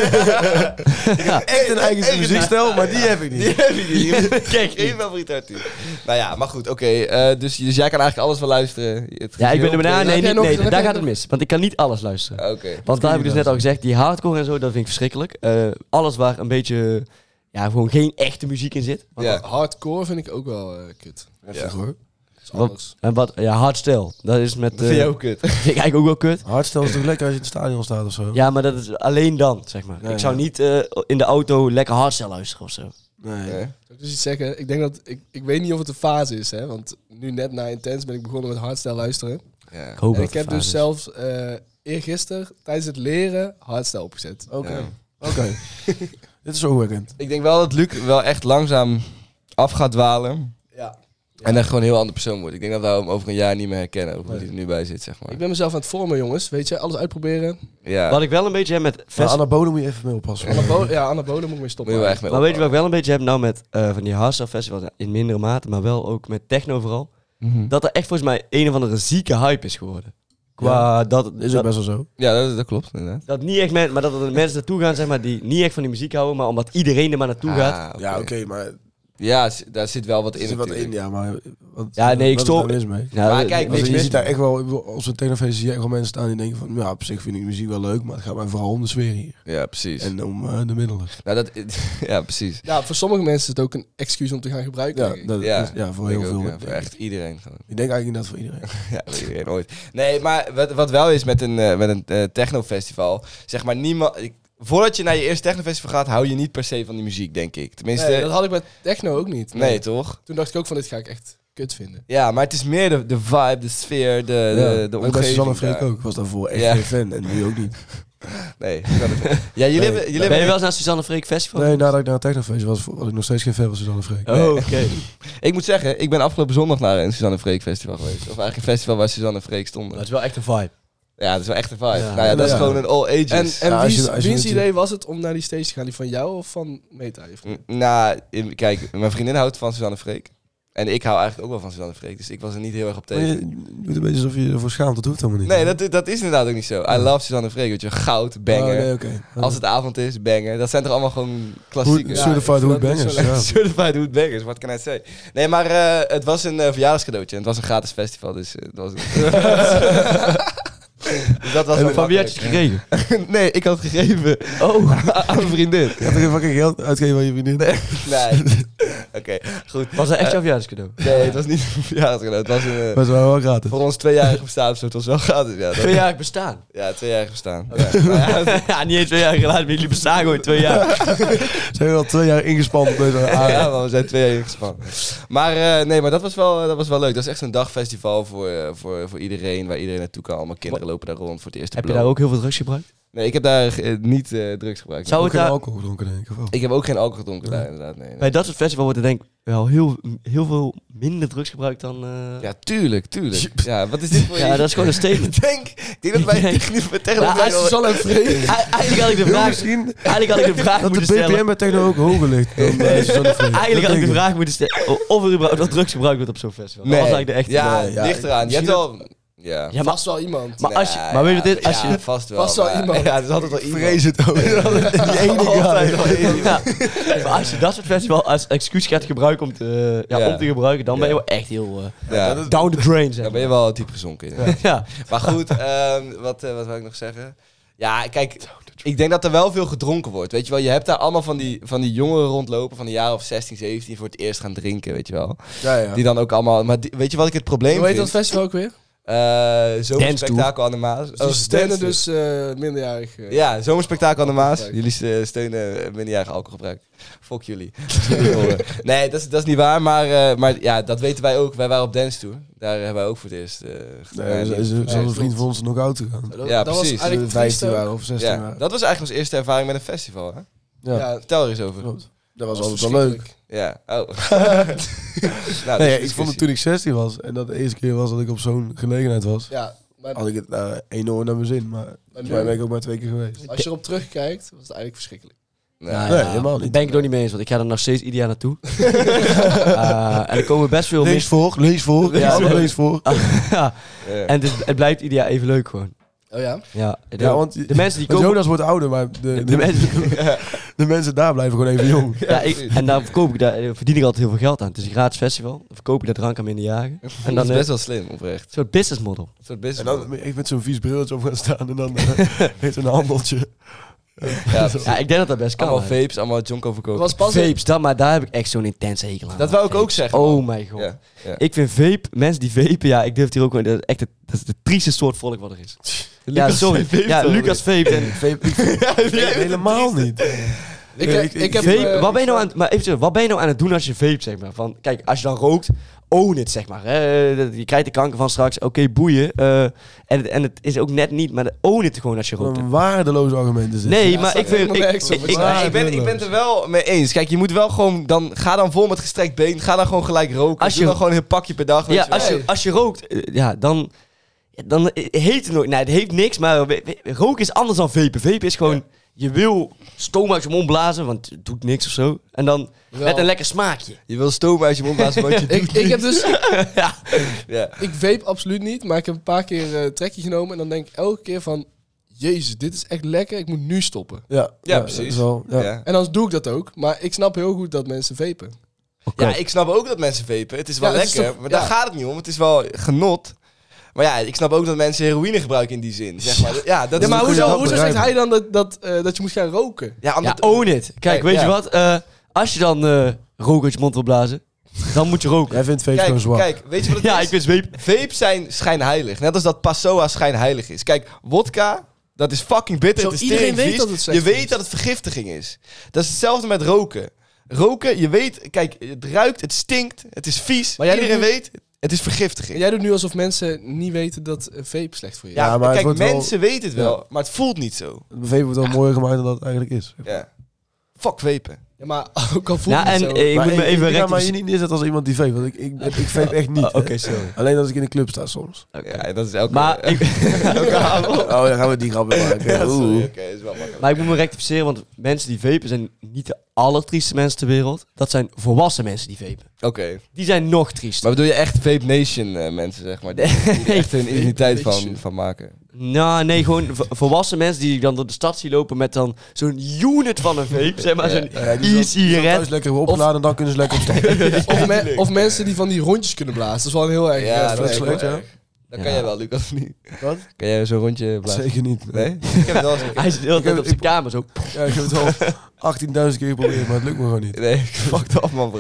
Speaker 2: *laughs*
Speaker 4: Echt een
Speaker 5: *laughs*
Speaker 4: eigen muziekstijl, maar die heb ik niet.
Speaker 2: Die heb ik niet. Kijk, geen favoriete artiest. Nou ja, maar goed, oké. eh, dus, dus jij kan eigenlijk alles wel luisteren. Het
Speaker 5: Ja, ik ben er
Speaker 2: heel-
Speaker 5: maar
Speaker 3: heb
Speaker 5: nee,
Speaker 3: jij
Speaker 5: niet-
Speaker 3: nog-
Speaker 5: nee,
Speaker 3: heb
Speaker 5: daar
Speaker 3: jij
Speaker 5: gaat
Speaker 3: nog-
Speaker 5: het mis. Want ik kan niet alles luisteren.
Speaker 2: Ah, Oké.
Speaker 5: Want daar heb ik dus net al gezegd, die hardcore en zo, dat vind ik verschrikkelijk. Eh, alles waar een beetje, ja, gewoon geen echte muziek in zit. Want-
Speaker 2: Ja.
Speaker 3: Hardcore vind ik ook wel eh, kut.
Speaker 2: Heftig,
Speaker 3: hoor. Dat is
Speaker 5: Wat-
Speaker 3: anders.
Speaker 5: En wat, ja, hardstyle. Dat is met...
Speaker 2: Dat vind
Speaker 5: eh, *laughs*
Speaker 2: jij ook Oh, kut.
Speaker 5: vind ik eigenlijk ook wel kut.
Speaker 4: Hardstel is toch lekker als je in het stadion staat of zo?
Speaker 5: Ja, maar dat is alleen dan, zeg maar.
Speaker 4: Nee,
Speaker 5: ik zou
Speaker 4: ja.
Speaker 5: niet eh, in de auto lekker hardstyle luisteren of zo.
Speaker 4: Nee.
Speaker 2: Nee.
Speaker 3: Zal ik dus iets zeggen? Ik denk dat, ik, ik weet niet of het een fase is, hè. Want nu net na Intense ben ik begonnen met hardstyle luisteren.
Speaker 2: Ja.
Speaker 5: Ik hoop
Speaker 3: En
Speaker 5: dat
Speaker 3: ik
Speaker 5: het
Speaker 3: heb
Speaker 5: waar
Speaker 3: dus
Speaker 5: is.
Speaker 3: zelfs eh eergisteren tijdens het leren hardstyle opgezet.
Speaker 5: Oh.
Speaker 2: Ja.
Speaker 5: eh.
Speaker 4: Oké.
Speaker 2: *laughs*
Speaker 4: Oké. Dit is ook weekend.
Speaker 2: Ik denk wel dat Luc wel echt langzaam af gaat dwalen.
Speaker 3: Ja.
Speaker 2: En echt gewoon een heel ander persoon wordt. Ik denk dat we hem over een jaar niet meer herkennen. Over hoe hij er nu bij zit, zeg maar.
Speaker 3: Ik ben mezelf aan het vormen, jongens. Weet je, alles uitproberen.
Speaker 2: Ja.
Speaker 5: Wat ik wel een beetje heb met...
Speaker 4: Maar
Speaker 5: fest-
Speaker 4: anabolen moet je even mee oppassen.
Speaker 3: Anabole, ja, anabolen moet ik mee
Speaker 2: Moet
Speaker 3: stoppen.
Speaker 2: je wel echt mee
Speaker 5: Maar weet je wat
Speaker 2: oppassen.
Speaker 5: ik wel een beetje heb nou met eh, van die hardstyle festivals, in mindere mate, maar wel ook met techno vooral, dat er echt volgens mij een of andere zieke hype is geworden. Qua dat,
Speaker 4: Is ook
Speaker 5: dat,
Speaker 4: best wel zo.
Speaker 2: Ja, dat, dat klopt inderdaad.
Speaker 5: dat niet echt men, maar dat er mensen naartoe gaan zeg maar, die niet echt van die muziek houden, maar omdat iedereen er maar naartoe gaat.
Speaker 2: Ah,
Speaker 4: Ja, oké, maar
Speaker 2: Ja, s- daar zit wel wat
Speaker 4: Er
Speaker 2: in.
Speaker 4: zit wat in,
Speaker 2: natuurlijk.
Speaker 4: ja, maar... Wat,
Speaker 5: Ja, nee, ik
Speaker 4: wat
Speaker 5: stoor-
Speaker 4: is daar mis mee?
Speaker 5: Nou,
Speaker 2: Maar kijk,
Speaker 4: Want
Speaker 2: niks
Speaker 4: je
Speaker 2: mis
Speaker 4: ziet daar echt wel, ik bedoel, op zo'n telefeest zie je echt wel mensen staan die denken van, ja, op zich vind ik de muziek wel leuk, maar het gaat mij vooral om de sfeer hier.
Speaker 2: Ja, precies.
Speaker 4: En om eh, de middelen.
Speaker 2: Nou, dat, *laughs* ja, precies.
Speaker 3: Ja, voor sommige mensen is het ook een excuus om te gaan gebruiken.
Speaker 4: Ja,
Speaker 3: denk ik.
Speaker 4: dat,
Speaker 2: Ja,
Speaker 4: ja, ja voor
Speaker 2: Ik
Speaker 4: heel
Speaker 2: ook,
Speaker 4: veel.
Speaker 2: ja,
Speaker 4: denk
Speaker 2: voor
Speaker 4: ik.
Speaker 2: echt iedereen gewoon.
Speaker 4: Ik denk eigenlijk inderdaad voor iedereen.
Speaker 2: Ja, voor iedereen ooit. Nee, maar wat, wat wel is met een, eh, met een eh, technofestival, zeg maar niemand... ik- voordat je naar je eerste technofestival gaat, hou je niet per se van die muziek, denk ik. Tenminste,
Speaker 3: nee,
Speaker 2: nee,
Speaker 3: dat had ik met techno ook niet.
Speaker 2: toch?
Speaker 3: Toen dacht ik ook van, dit ga ik echt kut vinden.
Speaker 2: Ja, maar het is meer de, de vibe, de sfeer, *laughs* de, de, de
Speaker 4: Maar Bij
Speaker 2: omgeving.
Speaker 4: Suzanne Freek
Speaker 2: daar.
Speaker 4: ook was daarvoor echt
Speaker 2: Ja.
Speaker 4: geen fan en nu ook niet.
Speaker 2: Nee, ik kan het niet. Ja, jullie hebben... Jullie
Speaker 5: ben je
Speaker 2: hebben
Speaker 5: wel eens naar Suzanne Freek Festival?
Speaker 4: Nee, nou- nadat ik naar het technofeest was, was ik nog steeds geen fan van Suzanne Freek.
Speaker 5: Oh, oké.
Speaker 2: Ik moet zeggen, ik ben afgelopen zondag naar een Suzanne Freek festival geweest. Of eigenlijk een festival waar Suzanne Freek stonden.
Speaker 5: Dat is wel echt een vibe.
Speaker 2: Ja, dat is wel echt een vibe.
Speaker 5: Ja.
Speaker 2: nou ja, dat is
Speaker 4: Ja.
Speaker 2: gewoon een all ages.
Speaker 3: En, en
Speaker 4: Dus- Ja, als
Speaker 3: wie's-
Speaker 4: je- als je
Speaker 3: wiens
Speaker 4: het- Mm.
Speaker 3: idee was het om naar die stage te gaan? Die van jou of van Meta? je vriend?
Speaker 2: N- Nou, in- kijk, mijn vriendin houdt van Suzanne Freek. En ik hou eigenlijk ook wel van Suzanne Freek. Dus ik was er niet heel erg op
Speaker 4: Maar
Speaker 2: tegen.
Speaker 4: je doet een beetje alsof je ervoor schaamt, dat hoeft helemaal niet.
Speaker 2: Nee, dat, dat is inderdaad ook niet zo. I love Suzanne Freek, weet je. Goud,
Speaker 4: Oh,
Speaker 2: banger.
Speaker 4: nee, oké.
Speaker 2: Als het avond is, banger. Dat zijn toch allemaal gewoon
Speaker 4: Hoe-
Speaker 2: klassieke...
Speaker 3: Ja, ik
Speaker 4: Certified
Speaker 3: vind
Speaker 4: Hood
Speaker 3: dat niet zo
Speaker 4: Bangers.
Speaker 3: leuk.
Speaker 4: ja.
Speaker 2: *laughs* Certified Hood Bangers, what can I say? Nee, maar eh, het was een eh, verjaardagscadeautje. En het was een gratis festival, dus eh, dat
Speaker 4: *laughs*
Speaker 2: was... dus dat was wel
Speaker 5: Van wie had je het
Speaker 2: makkelijk.
Speaker 5: gekregen?
Speaker 2: *laughs* Nee, ik had het gegeven
Speaker 5: Oh.
Speaker 2: *laughs* aan mijn vriendin.
Speaker 4: Je hebt er geen fucking geld uitgeven aan je vriendin. *laughs*
Speaker 2: Nee. Oké, goed.
Speaker 5: Was dat echt jouw verjaardagscadeau?
Speaker 2: Nee, het was niet *laughs* een verjaardagscadeau. Het was een... eh,
Speaker 4: Maar ze waren wel gratis.
Speaker 2: voor ons tweejarig bestaan, dus het was wel gratis. Ja, dat-
Speaker 5: Twee jaar bestaan.
Speaker 2: ja tweejarig bestaan. Ja. Maar ja,
Speaker 5: *laughs* ja, niet eens twee jaar geleden, maar jullie bestaan gewoon twee jaar.
Speaker 4: Ze hebben al twee jaar ingespannen op
Speaker 2: *laughs*
Speaker 4: deze
Speaker 2: ja, maar we zijn twee jaar ingespannen. Maar eh, nee, maar dat was wel, dat was wel leuk. Dat is echt zo'n dagfestival voor, eh, voor, voor iedereen, waar iedereen naartoe kan. Allemaal kinderen lopen daar rond voor het eerste
Speaker 5: Heb je daar ook heel veel drugs gebruikt?
Speaker 2: Nee, ik heb daar eh, niet eh, drugs gebruikt.
Speaker 5: Zou
Speaker 4: Ook
Speaker 5: het
Speaker 4: geen
Speaker 5: daar,
Speaker 4: alcohol gedronken, denk ik. of wel?
Speaker 2: Ik heb ook geen alcohol gedronken daar, inderdaad. Nee, nee.
Speaker 5: bij dat soort festival wordt er denk ik wel heel, heel veel minder drugs gebruikt dan... eh,
Speaker 2: Ja, tuurlijk, tuurlijk.
Speaker 5: *laughs*
Speaker 2: Ja, wat is dit voor
Speaker 5: ja, dat is gewoon een
Speaker 2: *laughs*
Speaker 5: statement.
Speaker 2: Ik denk, ik denk dat wij
Speaker 5: Nee.
Speaker 2: tegen
Speaker 5: Ja,
Speaker 2: tegen-
Speaker 5: als je
Speaker 3: Zal en vreemd.
Speaker 5: E- *laughs* Eigenlijk had ik de
Speaker 4: Heel
Speaker 5: vraag,
Speaker 4: misschien
Speaker 5: eigenlijk had ik de vraag
Speaker 4: dat de
Speaker 5: moeten
Speaker 4: BPM
Speaker 5: stellen.
Speaker 4: bij techno ook hoger ligt dan bij Suzanne Freek.
Speaker 5: *laughs*
Speaker 4: Dat
Speaker 5: Eigenlijk had ik de
Speaker 4: denk
Speaker 5: vraag moeten stellen o- of er überhaupt nog drugs gebruikt wordt op zo'n festival.
Speaker 2: Nee.
Speaker 5: Dat was eigenlijk de echte
Speaker 2: Ja,
Speaker 4: Nee, ja,
Speaker 2: dicht eraan. Je hebt
Speaker 4: misschien
Speaker 2: wel... Ja.
Speaker 5: Ja, maar,
Speaker 3: Vast wel iemand.
Speaker 5: maar als je...
Speaker 2: Nou,
Speaker 5: Maar weet je
Speaker 2: ja,
Speaker 5: wat dit... Als
Speaker 2: ja,
Speaker 5: je...
Speaker 2: vast wel.
Speaker 3: Vast wel
Speaker 2: maar- *laughs*
Speaker 3: iemand.
Speaker 2: Ja, er is altijd wel
Speaker 4: Ik
Speaker 2: iemand.
Speaker 4: vrees het
Speaker 2: *laughs*
Speaker 4: ook. Die ene
Speaker 2: Altijd wel
Speaker 4: guy.
Speaker 2: één iemand.
Speaker 5: *laughs* Ja. Maar als je dat soort festival als excuus gaat gebruiken om te, ja,
Speaker 2: Ja.
Speaker 5: om te gebruiken, dan ben je
Speaker 2: Ja.
Speaker 5: wel echt heel eh,
Speaker 2: Ja.
Speaker 5: down the drain, zeg
Speaker 2: Daar
Speaker 5: maar.
Speaker 2: ben je wel diep gezonken in.
Speaker 5: *laughs* Ja.
Speaker 2: Maar goed, ehm, wat, eh, wat wil ik nog zeggen? Ja, kijk, ik denk dat er wel veel gedronken wordt. Weet je wel, je hebt daar allemaal van die, van die jongeren rondlopen van de jaren of 16, 17 voor het eerst gaan drinken, weet je wel.
Speaker 4: Ja, ja.
Speaker 2: Die dan ook allemaal. Maar die- weet je wat ik het probleem
Speaker 3: Hoe heet dat
Speaker 2: vind?
Speaker 3: festival ook weer?
Speaker 2: Eh, zomerspektakel aan de Maas. Oh,
Speaker 3: Dus die steunen
Speaker 2: dance.
Speaker 3: dus eh, minderjarig. eh.
Speaker 2: Ja, zomerspektakel aan de Maas.
Speaker 3: Gebruik.
Speaker 2: Jullie eh, steunen eh, minderjarige alcoholgebruik. Fuck jullie. *laughs* nee, dat is, dat is niet waar. Maar, eh, maar ja, dat weten wij ook. Wij waren op dance tour. Daar hebben wij ook voor het eerst. eh
Speaker 4: Nee,
Speaker 2: gedaan.
Speaker 4: ze- ze- Ze
Speaker 3: Nee,
Speaker 4: was een vriend
Speaker 3: klopt.
Speaker 4: van ons nog oud gegaan.
Speaker 3: Dat,
Speaker 2: Ja,
Speaker 3: dat
Speaker 2: precies.
Speaker 3: was eigenlijk triest
Speaker 4: 15
Speaker 3: ook.
Speaker 4: eh, waren of 16
Speaker 2: ja,
Speaker 4: waren.
Speaker 2: dat was eigenlijk onze eerste ervaring met een festival. Hè?
Speaker 4: Ja.
Speaker 3: Ja,
Speaker 2: Vertel er eens over.
Speaker 4: Klopt. Dat was
Speaker 3: dat
Speaker 4: altijd wel leuk.
Speaker 3: verschrikkelijk. *laughs*
Speaker 2: Ja, oh. *laughs*
Speaker 4: Nee, ja, ik vond het toen ik 16 was en dat de eerste keer was dat ik op zo'n gelegenheid was,
Speaker 3: Ja, maar
Speaker 4: had ik het eh, enorm naar mijn zin. Maar volgens mij ben ik ook maar twee keer geweest.
Speaker 3: als je erop terugkijkt, was het eigenlijk verschrikkelijk.
Speaker 2: Nou,
Speaker 4: Nee, helemaal niet.
Speaker 5: Ben ik het nog niet mee eens, want ik ga er nog steeds ieder jaar naartoe. Eh, en er komen best veel
Speaker 4: Lees
Speaker 5: mensen. *laughs*
Speaker 4: voor, lees voor,
Speaker 5: Ja.
Speaker 4: ja, lees voor.
Speaker 5: ja.
Speaker 2: ja.
Speaker 5: En het, is- het blijft ieder jaar even leuk gewoon.
Speaker 3: Oh ja?
Speaker 5: Ja, de,
Speaker 4: Ja, want-
Speaker 5: de mensen die
Speaker 4: Want
Speaker 5: komen...
Speaker 4: Jonas wordt ouder, maar de, de,
Speaker 5: de mensen,
Speaker 4: de mensen daar blijven gewoon even jong.
Speaker 5: ja, ik- en daar, verkoop ik, daar eh, verdien ik altijd heel veel geld aan. Het is een gratis festival. Dan verkoop ik daar drank aan minderjarigen. En
Speaker 2: dat
Speaker 5: dan
Speaker 2: is
Speaker 5: eh,
Speaker 2: best
Speaker 5: een
Speaker 2: wel slim, oprecht.
Speaker 5: soort business model.
Speaker 2: Een soort business
Speaker 4: En
Speaker 2: model.
Speaker 4: dan ik met zo'n vies brilletje op gaan staan en dan eh, heeft een handeltje.
Speaker 3: *laughs*
Speaker 2: Ja, precies.
Speaker 5: Ja, ik denk dat dat best kan.
Speaker 2: allemaal
Speaker 5: hè.
Speaker 2: vapes, allemaal jonko
Speaker 3: Het
Speaker 2: verkopen.
Speaker 3: was pas
Speaker 5: Vapes, dat, maar daar heb ik echt zo'n intense hekel aan.
Speaker 2: Dat wou ik ook
Speaker 5: Vapes.
Speaker 2: zeggen,
Speaker 5: Oh
Speaker 2: man.
Speaker 5: mijn god.
Speaker 2: Ja, ja.
Speaker 5: Ik vind vape, mensen die vapen, ja, ik durf het hier ook wel. Dat is echt het, dat is de trieste soort volk wat er is. ja, sorry.
Speaker 2: vaped
Speaker 5: ja,
Speaker 2: wel
Speaker 5: Lucas vape. En
Speaker 2: *laughs*
Speaker 4: helemaal niet.
Speaker 3: Ik,
Speaker 4: Nee,
Speaker 3: ik,
Speaker 4: ik-
Speaker 3: ik heb...
Speaker 5: vape,
Speaker 3: eh,
Speaker 5: wat ben je nou aan, het- maar eventjes, wat ben je nou aan het doen als je vape, zeg maar? Van, kijk, als je dan rookt, own it, zeg maar. hè. Dat- je krijgt de kanker van straks, oké, boeien. eh, en, het- en het is ook net niet, maar own it gewoon als je rookt.
Speaker 4: Een waardeloos argument is dit.
Speaker 5: Nee,
Speaker 3: Oh, Ja,
Speaker 5: maar
Speaker 3: staat
Speaker 5: ik vind...
Speaker 3: helemaal
Speaker 5: Ik,
Speaker 3: nergens op.
Speaker 5: ik, ik-
Speaker 2: Maar ik, ben, ik ben het er wel mee eens. Kijk, je moet wel gewoon dan ga dan vol met gestrekt been, ga dan gewoon gelijk roken.
Speaker 5: Als
Speaker 2: Als
Speaker 5: je-
Speaker 2: je dan gewoon een pakje per dag. weet
Speaker 5: ja,
Speaker 2: je wel.
Speaker 5: als je, als je rookt, eh, ja, dan... ja, Dan eh, heet het nooit. Nee, het heeft niks, maar we- we- roken is anders dan vapen. Vapen is gewoon, je wil stoom uit je mond blazen, want het doet niks of zo. En dan met een lekker smaakje. *laughs*
Speaker 2: je wil stoom uit je mond blazen, want je doet.
Speaker 3: Ik, ik heb dus...
Speaker 5: ja.
Speaker 2: Ja.
Speaker 3: Ik vape absoluut niet, maar ik heb een paar keer eh, een trekje genomen en dan denk ik elke keer van... Jezus, dit is echt lekker, ik moet nu stoppen.
Speaker 4: Ja,
Speaker 2: Ja,
Speaker 4: dat
Speaker 2: precies.
Speaker 4: is wel- ja.
Speaker 2: Ja.
Speaker 3: En dan doe ik dat ook, maar ik snap heel goed dat mensen vapen.
Speaker 5: Oké.
Speaker 2: Ja, ik snap ook dat mensen vapen. Het is wel
Speaker 3: Ja, het is
Speaker 2: lekker.
Speaker 3: toch-
Speaker 2: maar
Speaker 3: ja.
Speaker 2: daar gaat het niet om. Het is wel genot. Maar ja, ik snap ook dat mensen heroïne gebruiken in die zin. Zeg maar. Ja, dat
Speaker 3: Ja,
Speaker 2: is
Speaker 3: maar
Speaker 2: een
Speaker 3: hoezo,
Speaker 2: goede-
Speaker 3: hoezo zegt
Speaker 4: begrijpen.
Speaker 3: hij dan dat, dat, eh, dat je moet gaan roken?
Speaker 2: Ja,
Speaker 5: Ja, oh,
Speaker 2: omdat-
Speaker 5: own it. Kijk,
Speaker 2: Kijk,
Speaker 5: weet
Speaker 2: ja.
Speaker 5: je wat? Eh, als je dan eh rook uit je mond wil blazen, dan moet je
Speaker 4: *laughs*
Speaker 5: roken.
Speaker 4: Jij vindt vape gewoon
Speaker 2: kijk,
Speaker 4: zwak.
Speaker 2: kijk, weet je wat het
Speaker 5: *laughs* Ja,
Speaker 2: is?
Speaker 5: ik ben zweep.
Speaker 2: Vapes zijn schijnheilig. Net als dat Passoa schijnheilig is. Kijk, wodka, dat is fucking bitter.
Speaker 3: Zo,
Speaker 2: het is
Speaker 3: iedereen weet
Speaker 2: teringvies.
Speaker 3: dat het slecht
Speaker 2: Je weet
Speaker 3: is.
Speaker 2: dat het vergiftiging is. Dat is hetzelfde met roken. Roken, je weet... Kijk, het ruikt, het stinkt, het is vies.
Speaker 3: Maar
Speaker 2: Maar
Speaker 3: jij
Speaker 2: iedereen
Speaker 3: doet
Speaker 2: weet,
Speaker 3: nu-
Speaker 2: het is vergiftiging.
Speaker 3: En
Speaker 2: Ja,
Speaker 3: jij doet nu alsof mensen niet weten dat eh, vape slecht voor je is.
Speaker 4: Ja, maar het
Speaker 2: kijk,
Speaker 4: wordt wel-
Speaker 2: mensen weten het wel, maar het voelt niet zo.
Speaker 4: Vape wordt wel mooier gemaakt dan dat het eigenlijk is.
Speaker 2: Ja. Fuck vapen.
Speaker 3: Ja, maar ook al voel je
Speaker 5: Ja,
Speaker 3: het
Speaker 5: en
Speaker 3: zo.
Speaker 5: eh, ik
Speaker 4: Maar
Speaker 5: moet me even
Speaker 4: ik, ja, maar
Speaker 5: recht...
Speaker 4: je niet neerzetten als iemand die vape. Want ik, ik, ik,
Speaker 2: *laughs*
Speaker 4: vape echt niet.
Speaker 5: Ah, Oké,
Speaker 4: hè.
Speaker 5: sorry.
Speaker 4: Alleen als ik in de club sta soms.
Speaker 2: Ja, dat is elke... *laughs*
Speaker 5: Maar ik,
Speaker 2: elke avond.
Speaker 4: Oh, dan gaan we die grap weer maken.
Speaker 2: *laughs* Ja, sorry,
Speaker 4: Oeh.
Speaker 2: oké, is wel makkelijk.
Speaker 5: maar ik moet me rectificeren, want mensen die vapen zijn niet de allertrieste mensen ter wereld. Dat zijn volwassen mensen die vapen.
Speaker 2: Oké.
Speaker 5: Die zijn nog triester.
Speaker 2: Maar bedoel je echt Vape Nation eh, mensen, zeg
Speaker 4: *laughs*
Speaker 2: maar? Die, die er echt hun identiteit van, van maken.
Speaker 5: Nou, nee, gewoon v- volwassen mensen die ik dan door de stad zie lopen met dan zo'n unit van een vape. Zeg maar, zo'n
Speaker 4: Ja, die zal- die zal thuis
Speaker 5: e-sigaret.
Speaker 4: lekker hebben opgeladen en dan kunnen ze
Speaker 2: *laughs*
Speaker 4: lekker opstaan.
Speaker 3: of, me- of mensen die van die rondjes kunnen blazen. Dat is wel een heel erg...
Speaker 2: Ja,
Speaker 3: eh,
Speaker 2: dat
Speaker 4: dat
Speaker 2: is
Speaker 4: is
Speaker 3: vlees.
Speaker 4: leuk,
Speaker 2: wel
Speaker 4: ja.
Speaker 2: erg. Dat kan jij wel, Lucas, of niet?
Speaker 4: Wat?
Speaker 2: Kan jij zo'n rondje blazen?
Speaker 4: *laughs* Zeker niet.
Speaker 2: Nee? ik heb het wel eens een keer-
Speaker 5: Hij zit de hele tijd op zijn kamer zo.
Speaker 4: Ja, ik heb het
Speaker 2: *laughs*
Speaker 4: al 18.000 keer geprobeerd, maar het lukt me gewoon *laughs* niet.
Speaker 2: Nee, *laughs* fuck af man bro.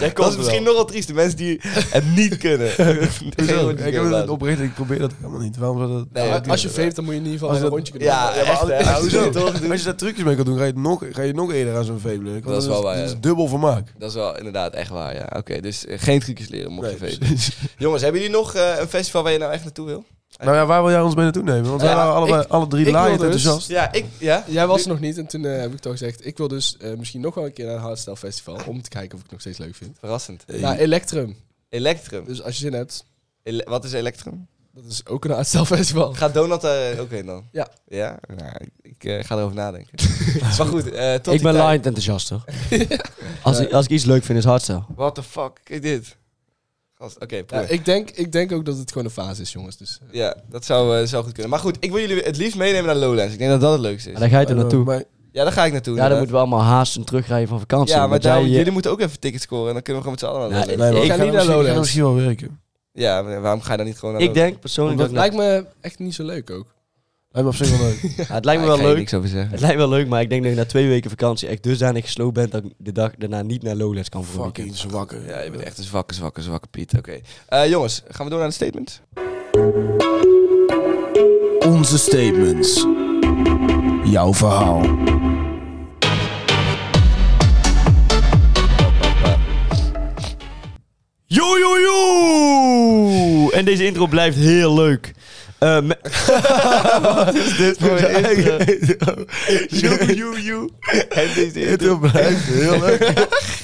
Speaker 2: dat is
Speaker 5: wel.
Speaker 2: misschien nogal triest, de mensen die het niet
Speaker 4: *laughs*
Speaker 2: kunnen. Geen
Speaker 4: Hoezo?
Speaker 2: rondje
Speaker 4: ik heb
Speaker 2: kunnen
Speaker 4: het
Speaker 2: blazen.
Speaker 4: oprecht, ik probeer dat helemaal niet. Waarom zou dat...
Speaker 2: Nee,
Speaker 3: Ja,
Speaker 2: dat-
Speaker 3: als je vape, dan moet je in ieder geval
Speaker 4: Als
Speaker 3: een
Speaker 4: dat-
Speaker 3: rondje kunnen
Speaker 2: Ja,
Speaker 3: blazen.
Speaker 2: echt,
Speaker 4: als,
Speaker 2: hè?
Speaker 4: hoezo?
Speaker 2: Toch?
Speaker 4: als je daar trucjes mee kan doen, ga je, het nog, ga je nog eerder aan zo'n vape liggen. Want
Speaker 2: Dat is wel waar,
Speaker 4: Dat
Speaker 2: ja.
Speaker 4: is dubbel vermaak.
Speaker 2: Dat is wel inderdaad echt waar, ja. Oké, dus eh, geen trucjes leren mocht je
Speaker 4: Nee,
Speaker 2: vapen. Jongens, hebben jullie nog eh, een festival waar je nou echt naartoe wil?
Speaker 4: Nou ja, waar wil jij ons mee naartoe nemen? Want wij
Speaker 2: Ja,
Speaker 4: waren allebei, alle drie
Speaker 3: ik wil
Speaker 4: laaiend
Speaker 3: dus-
Speaker 4: enthousiast.
Speaker 2: Ja, ik... Ja?
Speaker 3: Jij was er nog niet en toen eh, heb ik toch gezegd... Ik wil dus eh, misschien nog wel een keer naar een hardstyle festival. Om te kijken of ik het nog steeds leuk vind.
Speaker 2: Verrassend.
Speaker 3: Ja, Electrum.
Speaker 2: Electrum.
Speaker 3: Dus als je zin hebt,
Speaker 2: Ele- wat is Electrum?
Speaker 3: dat is ook een hardstyle *laughs* festival.
Speaker 2: Gaat Donald daar eh, ook heen dan?
Speaker 3: Ja.
Speaker 2: Ja? Nou, ik- ik eh, ga erover nadenken.
Speaker 4: *laughs*
Speaker 2: maar goed, eh tot
Speaker 5: Ik
Speaker 2: die
Speaker 5: ben
Speaker 2: tijd.
Speaker 5: lined enthousiast, hoor. als, ik, als ik iets leuk vind, is hardstyle.
Speaker 2: What the fuck is dit? Gast, Oké,
Speaker 3: Ja,
Speaker 2: probeer. ja,
Speaker 3: ik, denk, ik denk ook dat het gewoon een fase is, jongens. Dus, eh,
Speaker 2: dat zou, eh, zou goed kunnen. Maar goed, ik wil jullie het liefst meenemen naar Lowlands. Ik denk dat dat het leukste
Speaker 5: Maar
Speaker 2: is.
Speaker 5: daar ga je er
Speaker 4: Maar-
Speaker 5: naartoe.
Speaker 4: maar-
Speaker 2: Ja, daar ga ik naartoe.
Speaker 5: Ja, dan
Speaker 2: inderdaad.
Speaker 5: moeten we allemaal haasten terugrijden van vakantie.
Speaker 2: ja maar
Speaker 5: want
Speaker 2: daar,
Speaker 5: jij-
Speaker 2: jullie moeten ook even tickets scoren. En dan kunnen we gewoon met z'n allen naar
Speaker 5: Nee,
Speaker 2: Lowlands.
Speaker 4: Nee, maar we
Speaker 5: Ik ga
Speaker 4: gaan
Speaker 3: niet
Speaker 4: misschien-
Speaker 3: naar
Speaker 4: we gaan
Speaker 3: Lowlands.
Speaker 4: misschien wel werken.
Speaker 2: Ja, maar waarom ga je dan niet gewoon naar
Speaker 5: Ik denk persoonlijk dat...
Speaker 3: dat lijkt me echt niet zo leuk ook.
Speaker 2: Oh,
Speaker 4: Lijkt me op zich wel leuk.
Speaker 5: Ja, het lijkt me wel
Speaker 2: Ik ga hier
Speaker 5: leuk.
Speaker 2: niks over zeggen.
Speaker 5: Het lijkt wel leuk, maar ik denk dat je na twee weken vakantie echt dusdanig gesloopt bent dat ik de dag daarna niet naar Lowlands kan voor een
Speaker 4: Fucking
Speaker 5: weekend.
Speaker 4: zwakker.
Speaker 2: Ja, je bent echt een zwakke, zwakke, zwakke Piet. Oké. Eh, jongens, gaan we door naar de statement?
Speaker 4: Onze statements. Jouw verhaal.
Speaker 5: Yo, yo, yo! En deze intro blijft heel leuk. Eh, me- Wat is *laughs* dit voor een intro?
Speaker 2: *laughs* Yo, yo, yo. En deze *laughs*
Speaker 4: Dit blijft heel leuk.
Speaker 5: *laughs*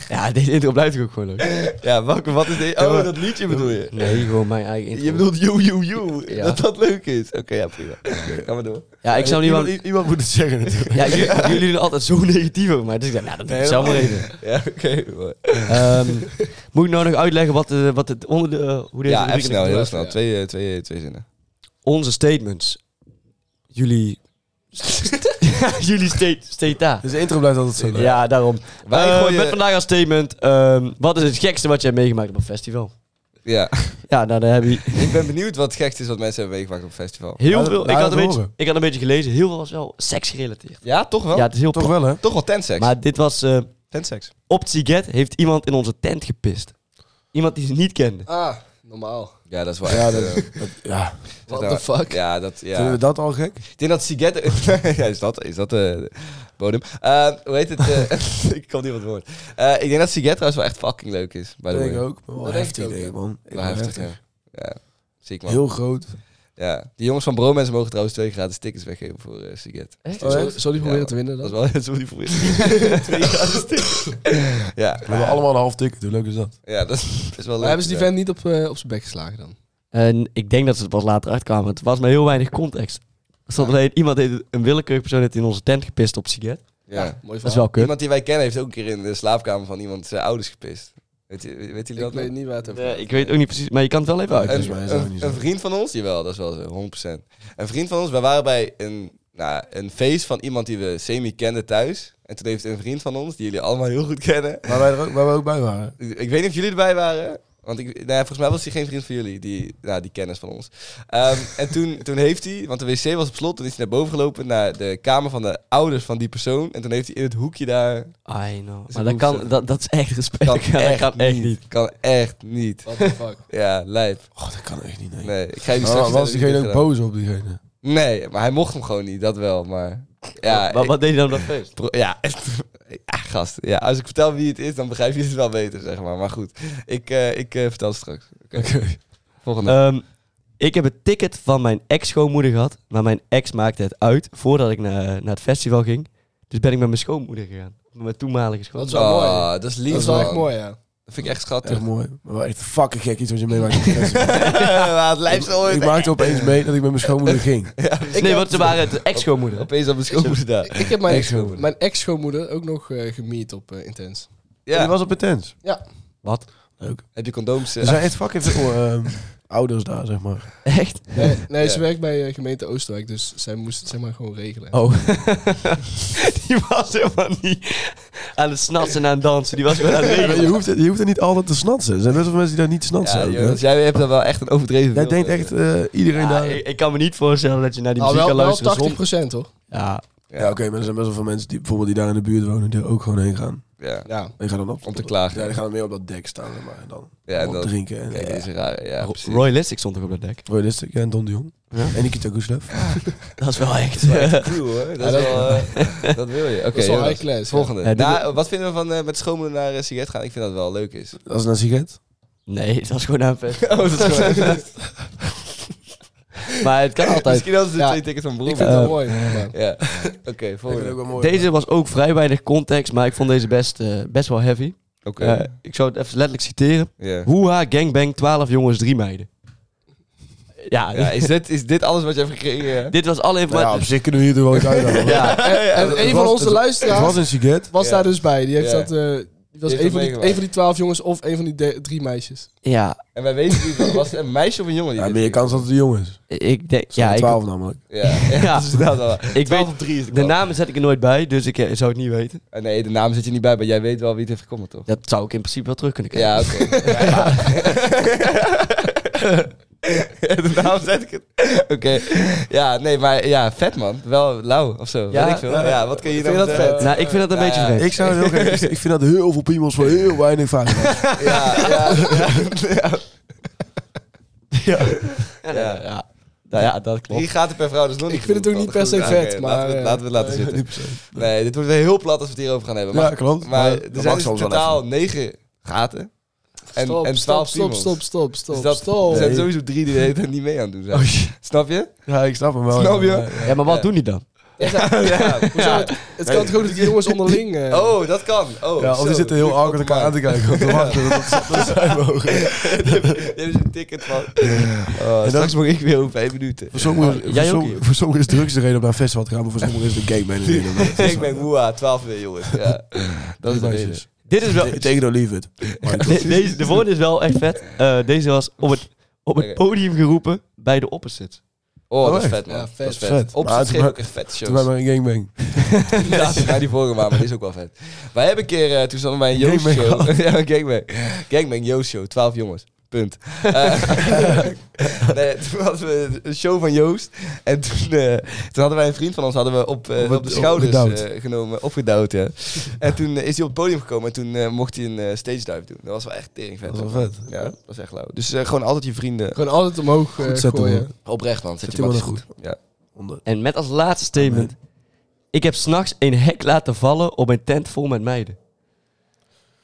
Speaker 5: Ja, deze intro blijft ook gewoon leuk.
Speaker 2: Ja, welke, wat is deze? Oh, dat liedje bedoel je?
Speaker 5: Nee, gewoon mijn eigen intro.
Speaker 2: Je bedoelt yo, yo, yo.
Speaker 5: Ja.
Speaker 2: Dat dat leuk is. Oké, ja, prima. Gaan we door.
Speaker 5: Ja, ik zou niet
Speaker 4: iemand,
Speaker 5: wel...
Speaker 4: iemand moet het zeggen natuurlijk.
Speaker 5: Ja, jullie, jullie doen altijd zo negatief over mij. Dus ik dacht, nou, dat doe ik zelf maar even.
Speaker 2: Ja, oké. mooi.
Speaker 5: Ehm, moet ik nou nog uitleggen wat, eh, wat het onder de, eh, hoe deze
Speaker 2: Ja, even
Speaker 5: rubriek-
Speaker 2: snel, heel snel.
Speaker 3: ja.
Speaker 2: Twee, eh, twee, eh, twee zinnen.
Speaker 5: Onze statements. Jullie... *laughs* Jullie state, state daar.
Speaker 4: Dus de intro blijft altijd zo leuk.
Speaker 5: Ja, daarom.
Speaker 2: Wij
Speaker 5: Eh,
Speaker 2: gooien-
Speaker 5: Met vandaag als statement. ehm, wat is het gekste wat jij hebt meegemaakt op een festival?
Speaker 2: Ja, *laughs*
Speaker 5: Ja, nou, daar heb je
Speaker 2: ik ben benieuwd wat het gekste is wat mensen hebben meegemaakt op het festival.
Speaker 5: heel
Speaker 4: Laat-
Speaker 5: veel... Ik
Speaker 4: laat
Speaker 5: had, een
Speaker 4: het
Speaker 5: beetje,
Speaker 4: horen.
Speaker 5: ik had een beetje gelezen. Heel veel was wel seks gerelateerd.
Speaker 2: Ja, toch wel?
Speaker 5: Ja, het is heel...
Speaker 4: Toch
Speaker 5: pla-
Speaker 4: wel, hè?
Speaker 2: Toch wel tensex.
Speaker 5: Maar dit was... eh
Speaker 2: tensex.
Speaker 5: op Get heeft iemand in onze tent gepist. Iemand die ze niet kende.
Speaker 3: Ah, normaal.
Speaker 2: Ja, dat is wel
Speaker 4: Ja,
Speaker 2: echt,
Speaker 4: dat,
Speaker 2: eh,
Speaker 4: dat- ja.
Speaker 3: What
Speaker 2: nou,
Speaker 3: the fuck?
Speaker 2: Ja, dat... Ja.
Speaker 4: Vinden we dat al gek?
Speaker 2: Ik denk dat Siget... *laughs* ja, is dat, is dat eh, de bodem? Eh, hoe heet het? eh, *laughs* ik kan niet wat woord. Eh, ik denk dat Siget trouwens wel echt fucking leuk is. By the
Speaker 4: Dat
Speaker 2: way.
Speaker 4: denk ik ook. Maar wel
Speaker 3: Dat denk
Speaker 4: heftig,
Speaker 3: ik ook,
Speaker 4: denk ik, man.
Speaker 2: Wel heftig, ja. ja. Ziek man.
Speaker 4: Heel groot.
Speaker 2: Ja. Die jongens van Bromens mogen trouwens twee gratis tickets weggeven voor eh Siget.
Speaker 5: oh,
Speaker 3: Zal- Zal die proberen
Speaker 2: Ja,
Speaker 3: te winnen
Speaker 2: Dat is
Speaker 3: dan?
Speaker 2: wel dat is wel die proberen. *laughs* twee gratis tickets.
Speaker 3: *laughs*
Speaker 2: ja.
Speaker 4: We hebben allemaal een half ticket. Hoe leuk is dat?
Speaker 2: ja, dat is best wel leuk.
Speaker 3: Maar hebben ze die
Speaker 2: ja.
Speaker 3: vent niet op, eh, op zijn bek geslagen dan?
Speaker 5: En ik denk dat ze het pas later uitkwamen. Het was maar heel weinig context. Er stond alleen, iemand heeft, een willekeurig persoon heeft in onze tent gepist op sigaret.
Speaker 2: Ja.
Speaker 3: Mooi Oh,
Speaker 5: Dat is wel kut.
Speaker 2: Iemand die wij kennen heeft ook een keer in de slaapkamer van iemand zijn ouders gepist. Weet, je- weet jullie dat
Speaker 3: Ik
Speaker 2: nog?
Speaker 3: weet niet waar het over gaat.
Speaker 5: ik weet ook niet precies, maar je kan het wel even uit.
Speaker 4: volgens
Speaker 2: Een,
Speaker 4: mij is dat
Speaker 2: een,
Speaker 4: niet zo.
Speaker 2: een vriend van ons, jawel, dat is wel zo, 100%. Een vriend van ons, wij waren bij een, nou, een feest van iemand die we semi kenden thuis. En toen heeft een vriend van ons, die jullie allemaal heel goed kennen.
Speaker 3: Oh,
Speaker 4: Waar wij, er ook, waar wij ook bij waren.
Speaker 2: Ik weet niet of jullie erbij waren. Want ik, nou ja, volgens mij was hij geen vriend van jullie, die, nou, die kennis van ons.
Speaker 5: *laughs*
Speaker 2: Ehm, en toen, toen heeft hij, want de wc was op slot, toen is hij naar boven gelopen naar de kamer van de ouders van die persoon. En toen heeft hij in het hoekje
Speaker 5: *laughs*
Speaker 2: daar.
Speaker 5: I know. Maar
Speaker 2: een
Speaker 5: dat, kan,
Speaker 2: hoefster.
Speaker 5: dat, dat is echt respect. *laughs*
Speaker 2: Kan
Speaker 5: dat kan
Speaker 2: echt
Speaker 5: echt niet.
Speaker 2: Kan echt niet.
Speaker 3: What the fuck?
Speaker 2: Ja, lijp.
Speaker 4: Oh, dat kan echt niet. Nee.
Speaker 2: Nee, ik ga jullie
Speaker 4: Maar
Speaker 2: straks
Speaker 4: was
Speaker 2: vertellen
Speaker 4: diegene ook
Speaker 2: wie dit
Speaker 4: boos op diegene?
Speaker 2: gedaan- Nee, maar hij mocht hem gewoon niet, dat wel. Maar ja,
Speaker 5: Wat,
Speaker 2: ik-
Speaker 5: wat deed hij dan op dat feest?
Speaker 2: pro- ja, *laughs* ja, gast. Ja, als ik vertel wie het is, dan begrijp je het wel beter, zeg maar. Maar goed, ik, eh, ik eh, vertel het straks. Oké. Volgende.
Speaker 5: Ehm, ik heb een ticket van mijn ex-schoonmoeder gehad. Maar mijn ex maakte het uit voordat ik naar, naar het festival ging. Dus ben ik met mijn schoonmoeder gegaan. Met mijn toenmalige
Speaker 3: Dat is
Speaker 5: schoonmoeder.
Speaker 3: wel
Speaker 2: Ah,
Speaker 3: mooi.
Speaker 2: Dat is lief,
Speaker 3: Dat is wel
Speaker 2: man.
Speaker 3: echt mooi, ja.
Speaker 2: Dat vind ik echt schattig. *laughs*
Speaker 4: Echt mooi. Maar wel echt fucking gek iets wat je meemaakt. op de festival.
Speaker 2: Maar het lijkt zo
Speaker 4: ik
Speaker 2: ooit.
Speaker 4: maakte opeens mee dat ik met mijn schoonmoeder ging.
Speaker 5: nee, want ze waren het ex-schoonmoeder.
Speaker 2: Opeens op mijn schoonmoeder daar.
Speaker 3: Ik heb mijn
Speaker 2: *laughs* Ex-schoonmoeder.
Speaker 3: ex-schoonmoeder mijn ex-schoonmoeder ook nog eh gemeet op eh, Intens.
Speaker 4: Ja. Die
Speaker 2: Ja.
Speaker 4: was op intens.
Speaker 3: Ja.
Speaker 5: Wat?
Speaker 4: Leuk.
Speaker 2: Heb je condooms? eh,
Speaker 4: Er zijn echt fucking veel ehm, *laughs* ouders daar, zeg maar.
Speaker 5: Echt?
Speaker 3: Nee,
Speaker 2: *laughs*
Speaker 3: nee
Speaker 2: Ja.
Speaker 3: ze werkt bij eh, gemeente Oosterwijk, dus zij moest het zeg maar gewoon regelen.
Speaker 5: Oh. *laughs* die was helemaal niet aan het snatsen en aan het dansen. Die was gewoon aan het leven.
Speaker 4: Je hoeft, het- je hoeft er niet altijd te snatsen. Er zijn best wel mensen die daar niet snatsen.
Speaker 2: ja,
Speaker 4: ook,
Speaker 2: joh,
Speaker 4: hè.
Speaker 2: dus jij hebt daar wel echt een overdreven
Speaker 4: Jij
Speaker 2: beeld
Speaker 4: denkt
Speaker 2: over.
Speaker 4: echt eh, iedereen
Speaker 5: Ja,
Speaker 4: daar...
Speaker 5: ik, ik kan me niet voorstellen dat je naar die
Speaker 3: Nou,
Speaker 5: muziek
Speaker 3: wel,
Speaker 5: kan
Speaker 3: wel
Speaker 5: luisteren
Speaker 3: 80
Speaker 5: zonder...
Speaker 3: procent, hoor.
Speaker 5: Ja,
Speaker 4: Ja, oké, maar er zijn best wel veel mensen die bijvoorbeeld die daar in de buurt wonen, die er ook gewoon heen gaan.
Speaker 2: Ja.
Speaker 3: Ja.
Speaker 4: En gaan dan op.
Speaker 2: Om te klagen.
Speaker 4: Ja, die gaan dan meer op dat dek staan, zeg maar. En dan
Speaker 2: Ja,
Speaker 4: op
Speaker 2: dat-
Speaker 4: drinken. En,
Speaker 2: Kijk,
Speaker 4: ja.
Speaker 2: dit is een rare. Ja,
Speaker 5: Ro-
Speaker 2: precies.
Speaker 5: Roy Lessig stond toch op dat dek?
Speaker 4: Royalistic, ja, en Don de Jong. En Nikita Guslav.
Speaker 5: Dat is wel echt... *laughs*
Speaker 2: Cool, hoor. Dat,
Speaker 3: Ja,
Speaker 2: is
Speaker 3: dat-
Speaker 2: wel, eh, dat wil je. Oké,
Speaker 3: is wel
Speaker 2: Jonas.
Speaker 3: high class, ja.
Speaker 2: Volgende.
Speaker 5: Ja, dit-
Speaker 2: Nou, wat vinden we van eh, met schoonmoeder naar eh, sigaret gaan? Ik vind dat wel leuk is.
Speaker 4: Dat is een sigaret.
Speaker 5: Nee, dat was gewoon aan het *laughs* festival.
Speaker 2: Oh, dat is gewoon...
Speaker 5: *laughs* Maar het kan
Speaker 2: *laughs*
Speaker 5: altijd.
Speaker 2: Misschien hadden ze
Speaker 3: Ja.
Speaker 2: twee tickets van broer.
Speaker 3: Ik
Speaker 5: Eh,
Speaker 3: vind het wel mooi. maar-
Speaker 2: eh, Ja. *laughs* Oké, volgende. Oké.
Speaker 4: wel mooi.
Speaker 5: Deze was ook vrij weinig context, maar ik vond deze best, eh, best wel heavy. Eh, ik zou het even letterlijk citeren.
Speaker 2: Ja.
Speaker 5: Hoeha, gangbang, 12 jongens, 3 meiden. Ja,
Speaker 2: Ja, is, dit, is dit alles wat je hebt gekregen?
Speaker 5: *laughs* dit was alle
Speaker 4: Nou ja, op
Speaker 5: informatie.
Speaker 4: zich kunnen we hier toch wel iets uithalen. hoor.
Speaker 5: Ja,
Speaker 3: En
Speaker 4: Het
Speaker 3: een
Speaker 4: was-
Speaker 3: van onze
Speaker 4: het- Het was
Speaker 3: luisteraars
Speaker 4: een sigaret.
Speaker 3: was
Speaker 2: Ja.
Speaker 3: daar dus bij. Die heeft
Speaker 2: Ja.
Speaker 3: dat... eh, die was
Speaker 2: heeft
Speaker 3: een
Speaker 2: dat
Speaker 3: van, die,
Speaker 2: meegemaakt.
Speaker 3: een van die twaalf jongens of een van die de- drie meisjes.
Speaker 5: ja,
Speaker 2: En wij weten niet, wat- was het een meisje of een jongen? Die
Speaker 4: Ja,
Speaker 2: dit
Speaker 4: meer
Speaker 2: deed?
Speaker 4: kans dat het de jongens.
Speaker 5: ik denk...
Speaker 4: Ja,
Speaker 5: Ja, ik,
Speaker 4: 12 namelijk.
Speaker 2: Ja, *laughs* ja,
Speaker 5: Ja.
Speaker 2: dat is inderdaad wel.
Speaker 5: ik
Speaker 2: 12
Speaker 5: weet...
Speaker 2: of 3 is de
Speaker 5: De
Speaker 2: naam.
Speaker 5: namen zet ik er nooit bij, dus ik eh, zou het niet weten.
Speaker 2: Nee, de naam zit je niet bij, maar jij weet wel wie het heeft gekomen, toch?
Speaker 5: Dat zou ik in principe wel terug kunnen
Speaker 2: Ja,
Speaker 5: krijgen.
Speaker 2: oké. Ja. *laughs* de naam zet ik het. Oké. Ja, nee, maar ja, vet man. Wel lauw of zo.
Speaker 5: Ja,
Speaker 2: weet ik veel.
Speaker 5: ja.
Speaker 2: Ja, wat kun je nou
Speaker 3: je dat
Speaker 2: vertellen?
Speaker 3: vet?
Speaker 5: Nou, ik vind dat
Speaker 2: Ja,
Speaker 5: een beetje
Speaker 2: ja.
Speaker 5: vreemd.
Speaker 4: Ik zou het heel *laughs* graag... Ik vind dat heel veel piemels voor heel weinig vaak.
Speaker 2: Ja, ja, ja.
Speaker 5: *laughs* Ja, ja, ja. Nou ja, dat klopt.
Speaker 2: Drie gaten per vrouw, dat is nog niet
Speaker 3: Ik vind het ook
Speaker 2: genoeg.
Speaker 3: niet per se
Speaker 2: Goed,
Speaker 3: vet,
Speaker 2: oké,
Speaker 3: maar,
Speaker 2: Laten we, het- laten
Speaker 3: eh,
Speaker 2: we
Speaker 3: *laughs*
Speaker 2: het laten
Speaker 3: nee,
Speaker 2: zitten. Nee, dit wordt weer heel plat als we het hierover gaan hebben.
Speaker 4: Ja,
Speaker 2: Maar,
Speaker 4: klopt.
Speaker 2: maar
Speaker 4: dat
Speaker 2: er
Speaker 4: mag
Speaker 2: zijn dus in
Speaker 4: soms wel
Speaker 2: totaal negen gaten. En,
Speaker 3: Stop,
Speaker 2: en
Speaker 3: stop,
Speaker 2: twaalf
Speaker 3: stop,
Speaker 2: piemels.
Speaker 3: stop, stop, stop,
Speaker 2: Dus dat
Speaker 3: stop.
Speaker 2: er zijn
Speaker 4: Nee.
Speaker 2: sowieso drie die de hele tijd niet mee aan het doen zijn. Snap je?
Speaker 4: even. Ja, ik snap hem wel.
Speaker 2: Snap je?
Speaker 4: Oh, Ja, ja.
Speaker 5: Ja, maar wat
Speaker 2: Ja.
Speaker 5: doen die dan?
Speaker 2: Ja.
Speaker 3: Hoezo? Het, het kan toch ook dat die jongens onderling... eh,
Speaker 2: Oh, dat kan. Oh,
Speaker 4: Ja, of die
Speaker 2: zo.
Speaker 4: zitten heel awkward elkaar aan te kijken. om te wachten tot- tot- tot zij mogen.
Speaker 2: *laughs* Dit is een ticket van. Oh,
Speaker 4: En
Speaker 2: straks
Speaker 4: dat-
Speaker 2: mag ik weer over vijf minuten.
Speaker 4: Voor sommigen, voor,
Speaker 5: jij ook,
Speaker 4: sommigen-
Speaker 5: joh.
Speaker 4: voor sommigen is drugs de reden om naar een festival te gaan, maar voor sommigen is het een *laughs* gangbang de reden om naar een
Speaker 2: *laughs* ik
Speaker 4: festival te
Speaker 2: ben moe, 12 weer jongens. Ja. Dat is de
Speaker 4: gaan.
Speaker 2: reden.
Speaker 5: *laughs* Dit is wel...
Speaker 4: Te- Tegen de leave it. *laughs*
Speaker 5: De, deze, de volgende is wel echt vet. Eh, deze was op het, op het
Speaker 2: Oké.
Speaker 5: podium geroepen bij de opposite.
Speaker 2: Oh, dat is
Speaker 4: echt?
Speaker 2: vet man.
Speaker 3: Ja,
Speaker 2: Dat
Speaker 3: vet.
Speaker 2: is vet.
Speaker 4: Vet.
Speaker 2: Op
Speaker 4: Maar
Speaker 2: zich
Speaker 4: het
Speaker 2: schreef
Speaker 4: ma-
Speaker 2: ook echt vet
Speaker 4: Toen wij
Speaker 2: shows.
Speaker 4: maar een gangbang.
Speaker 2: Ja, maar die vorige maand, maar die is ook wel vet. Wij hebben een keer, eh, toen zaten we bij een Joost
Speaker 4: Gangbang
Speaker 2: show. *laughs* ja, een gangbang. Gangbang Joost show, 12 jongens. Punt. Eh, *laughs* nee, toen hadden we een show van Joost. En toen, eh, toen hadden wij een vriend van ons hadden we op, eh,
Speaker 4: Op
Speaker 2: op,
Speaker 4: het-
Speaker 2: de schouders
Speaker 4: opgedouwd.
Speaker 2: eh, genomen, opgedouwd. Ja. en toen eh, is hij op het podium gekomen en toen eh, mocht hij een eh, stage dive doen. Dat was wel echt tering vet.
Speaker 4: Dat was wel vet.
Speaker 2: Ja, dat was echt lauw. Dus eh, gewoon altijd je vrienden
Speaker 3: Gewoon altijd omhoog eh,
Speaker 4: Goed zetten,
Speaker 3: gooien.
Speaker 4: hoor.
Speaker 2: oprecht, man. Zet,
Speaker 4: Zet
Speaker 2: je
Speaker 4: iemand
Speaker 2: bakjes
Speaker 4: goed.
Speaker 2: goed. Ja.
Speaker 4: Onder.
Speaker 5: En met als laatste statement. Ik heb s'nachts een hek laten vallen op een tent vol met meiden. *laughs*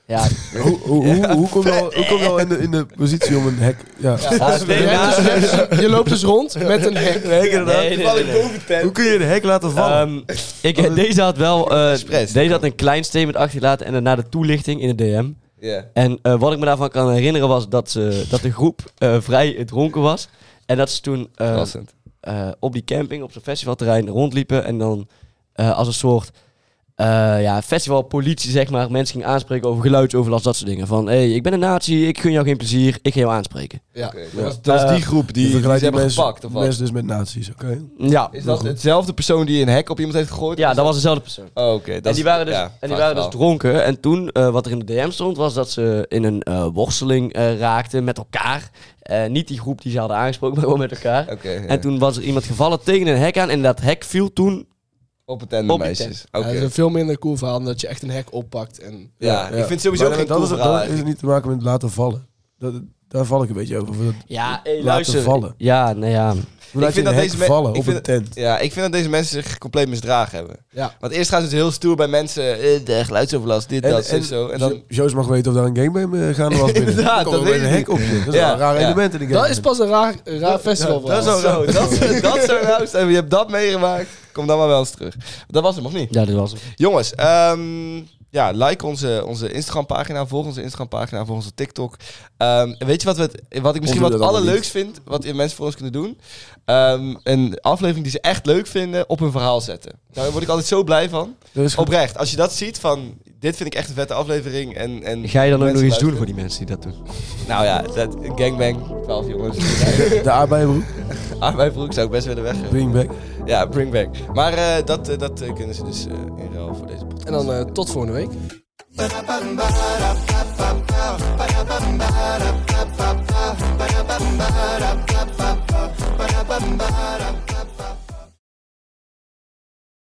Speaker 5: Ja,
Speaker 4: Hoe, hoe, hoe, hoe kom je al, hoe kom je al in, de, in de positie om een hek... Ja.
Speaker 5: dat is
Speaker 3: Je, hebt dus- je hebt dus- je loopt dus rond met een hek.
Speaker 5: Nee, nee, nee, nee.
Speaker 4: Hoe kun je een hek laten vallen?
Speaker 5: Ehm, ik, deze had wel eh,
Speaker 2: Expres.
Speaker 5: deze had een klein statement achtergelaten en daarna de toelichting in de DM.
Speaker 2: Ja.
Speaker 5: En eh, wat ik me daarvan kan herinneren was dat, ze, dat de groep eh, vrij dronken was. En dat ze toen eh,
Speaker 2: Verrassend.
Speaker 5: eh, op die camping, op zo'n festivalterrein rondliepen. En dan eh, als een soort eh, ja, festival, politie, zeg maar, mensen gingen aanspreken over geluidsoverlast, dat soort dingen. Van, hé, hey, ik ben een nazi, ik gun jou geen plezier, ik ga jou aanspreken.
Speaker 3: Ja.
Speaker 2: Oké, dat, was, dat was
Speaker 5: Eh,
Speaker 2: die groep die,
Speaker 4: Die,
Speaker 2: die, ze
Speaker 4: vergelijkt die
Speaker 2: hebben
Speaker 4: mensen,
Speaker 2: gepakt. Of wat?
Speaker 4: mensen dus met nazi's, oké?
Speaker 5: Ja,
Speaker 2: Is dat hetzelfde persoon die een hek op iemand heeft gegooid?
Speaker 5: ja dat was dezelfde persoon.
Speaker 2: Oh, Oké, dat
Speaker 5: en die
Speaker 2: is-
Speaker 5: waren, dus,
Speaker 2: ja,
Speaker 5: en die
Speaker 2: fout
Speaker 5: waren dus
Speaker 2: verhaal.
Speaker 5: dronken. En toen, eh, wat er in de DM stond, was dat ze in een eh, worsteling eh, raakten met elkaar. Eh, niet die groep die ze hadden aangesproken, *laughs* maar gewoon met elkaar.
Speaker 2: Oké, ja.
Speaker 5: En toen was er iemand gevallen tegen een hek aan. En dat hek viel toen.
Speaker 2: op het einde
Speaker 5: op die
Speaker 2: meisjes.
Speaker 3: Ja,
Speaker 2: Oké.
Speaker 3: dat is een veel minder cool verhaal dan dat je echt een hek oppakt. En
Speaker 2: Ja, ik vind sowieso
Speaker 4: Maar
Speaker 2: geen
Speaker 4: dat
Speaker 2: cool
Speaker 4: is, dat
Speaker 2: verhaal
Speaker 4: heeft het niet te maken met laten vallen. Dat, daar val ik een beetje over. Of dat-
Speaker 5: Ja,
Speaker 4: Laten luister. vallen.
Speaker 5: Ja, nou ja.
Speaker 4: Hoe laat je
Speaker 2: vind
Speaker 4: een
Speaker 2: dat
Speaker 4: hek
Speaker 2: deze me-
Speaker 4: vallen
Speaker 2: ik
Speaker 4: op
Speaker 2: vind
Speaker 4: een
Speaker 2: dat-
Speaker 4: tent?
Speaker 2: Ja, ik vind dat deze mensen zich compleet misdragen hebben.
Speaker 3: ja,
Speaker 2: Want eerst gaan ze dus heel stoer bij mensen, eh, de geluidsoverlast, dit, dat, en, zo. En dan,
Speaker 4: Joost mag weten of daar een
Speaker 2: *laughs*
Speaker 4: gangbang eh, gaande was binnen.
Speaker 2: Inderdaad,
Speaker 4: Dan komen
Speaker 2: dat
Speaker 4: we
Speaker 2: weet
Speaker 4: een
Speaker 2: ik
Speaker 4: hek op zitten. Dat is
Speaker 2: Ja,
Speaker 4: wel een raar
Speaker 2: ja.
Speaker 4: element in die
Speaker 3: dat
Speaker 4: game.
Speaker 3: is pas een raar, een raar festival.
Speaker 2: dat is
Speaker 3: verhaal.
Speaker 2: zo, dat, *laughs* dat is zo raus. En je hebt dat meegemaakt, kom dan maar wel eens terug. Dat was hem, of niet?
Speaker 5: Ja, dit was hem.
Speaker 2: Jongens, ehm, ja, like onze, onze Instagram-pagina, volg onze Instagram-pagina, volg onze TikTok. Ehm, en weet je wat, we het- wat ik misschien
Speaker 4: doe
Speaker 2: wat
Speaker 4: dat allemaal
Speaker 2: allerleukst vind, wat mensen voor ons kunnen doen? Ehm, een aflevering die ze echt leuk vinden, op hun verhaal zetten. Daar word ik altijd zo blij van.
Speaker 4: Dat is goed.
Speaker 2: Oprecht, als je dat ziet van, dit vind ik echt een vette aflevering. En, en
Speaker 5: Ga je dan ook nog
Speaker 2: mensen
Speaker 5: iets doen voor
Speaker 2: luisteren.
Speaker 5: die mensen die dat doen?
Speaker 2: Nou ja, dat, gangbang, 12
Speaker 5: *laughs*
Speaker 2: jongens.
Speaker 4: De
Speaker 2: *laughs*
Speaker 4: aardbeienbroek,
Speaker 2: Arbeidsbroek zou ik best willen weg.
Speaker 4: bring back.
Speaker 2: Ja, bring back. Maar eh, dat, eh, dat eh, kunnen ze dus eh, in ruil voor deze podcast.
Speaker 3: En dan eh, tot volgende week.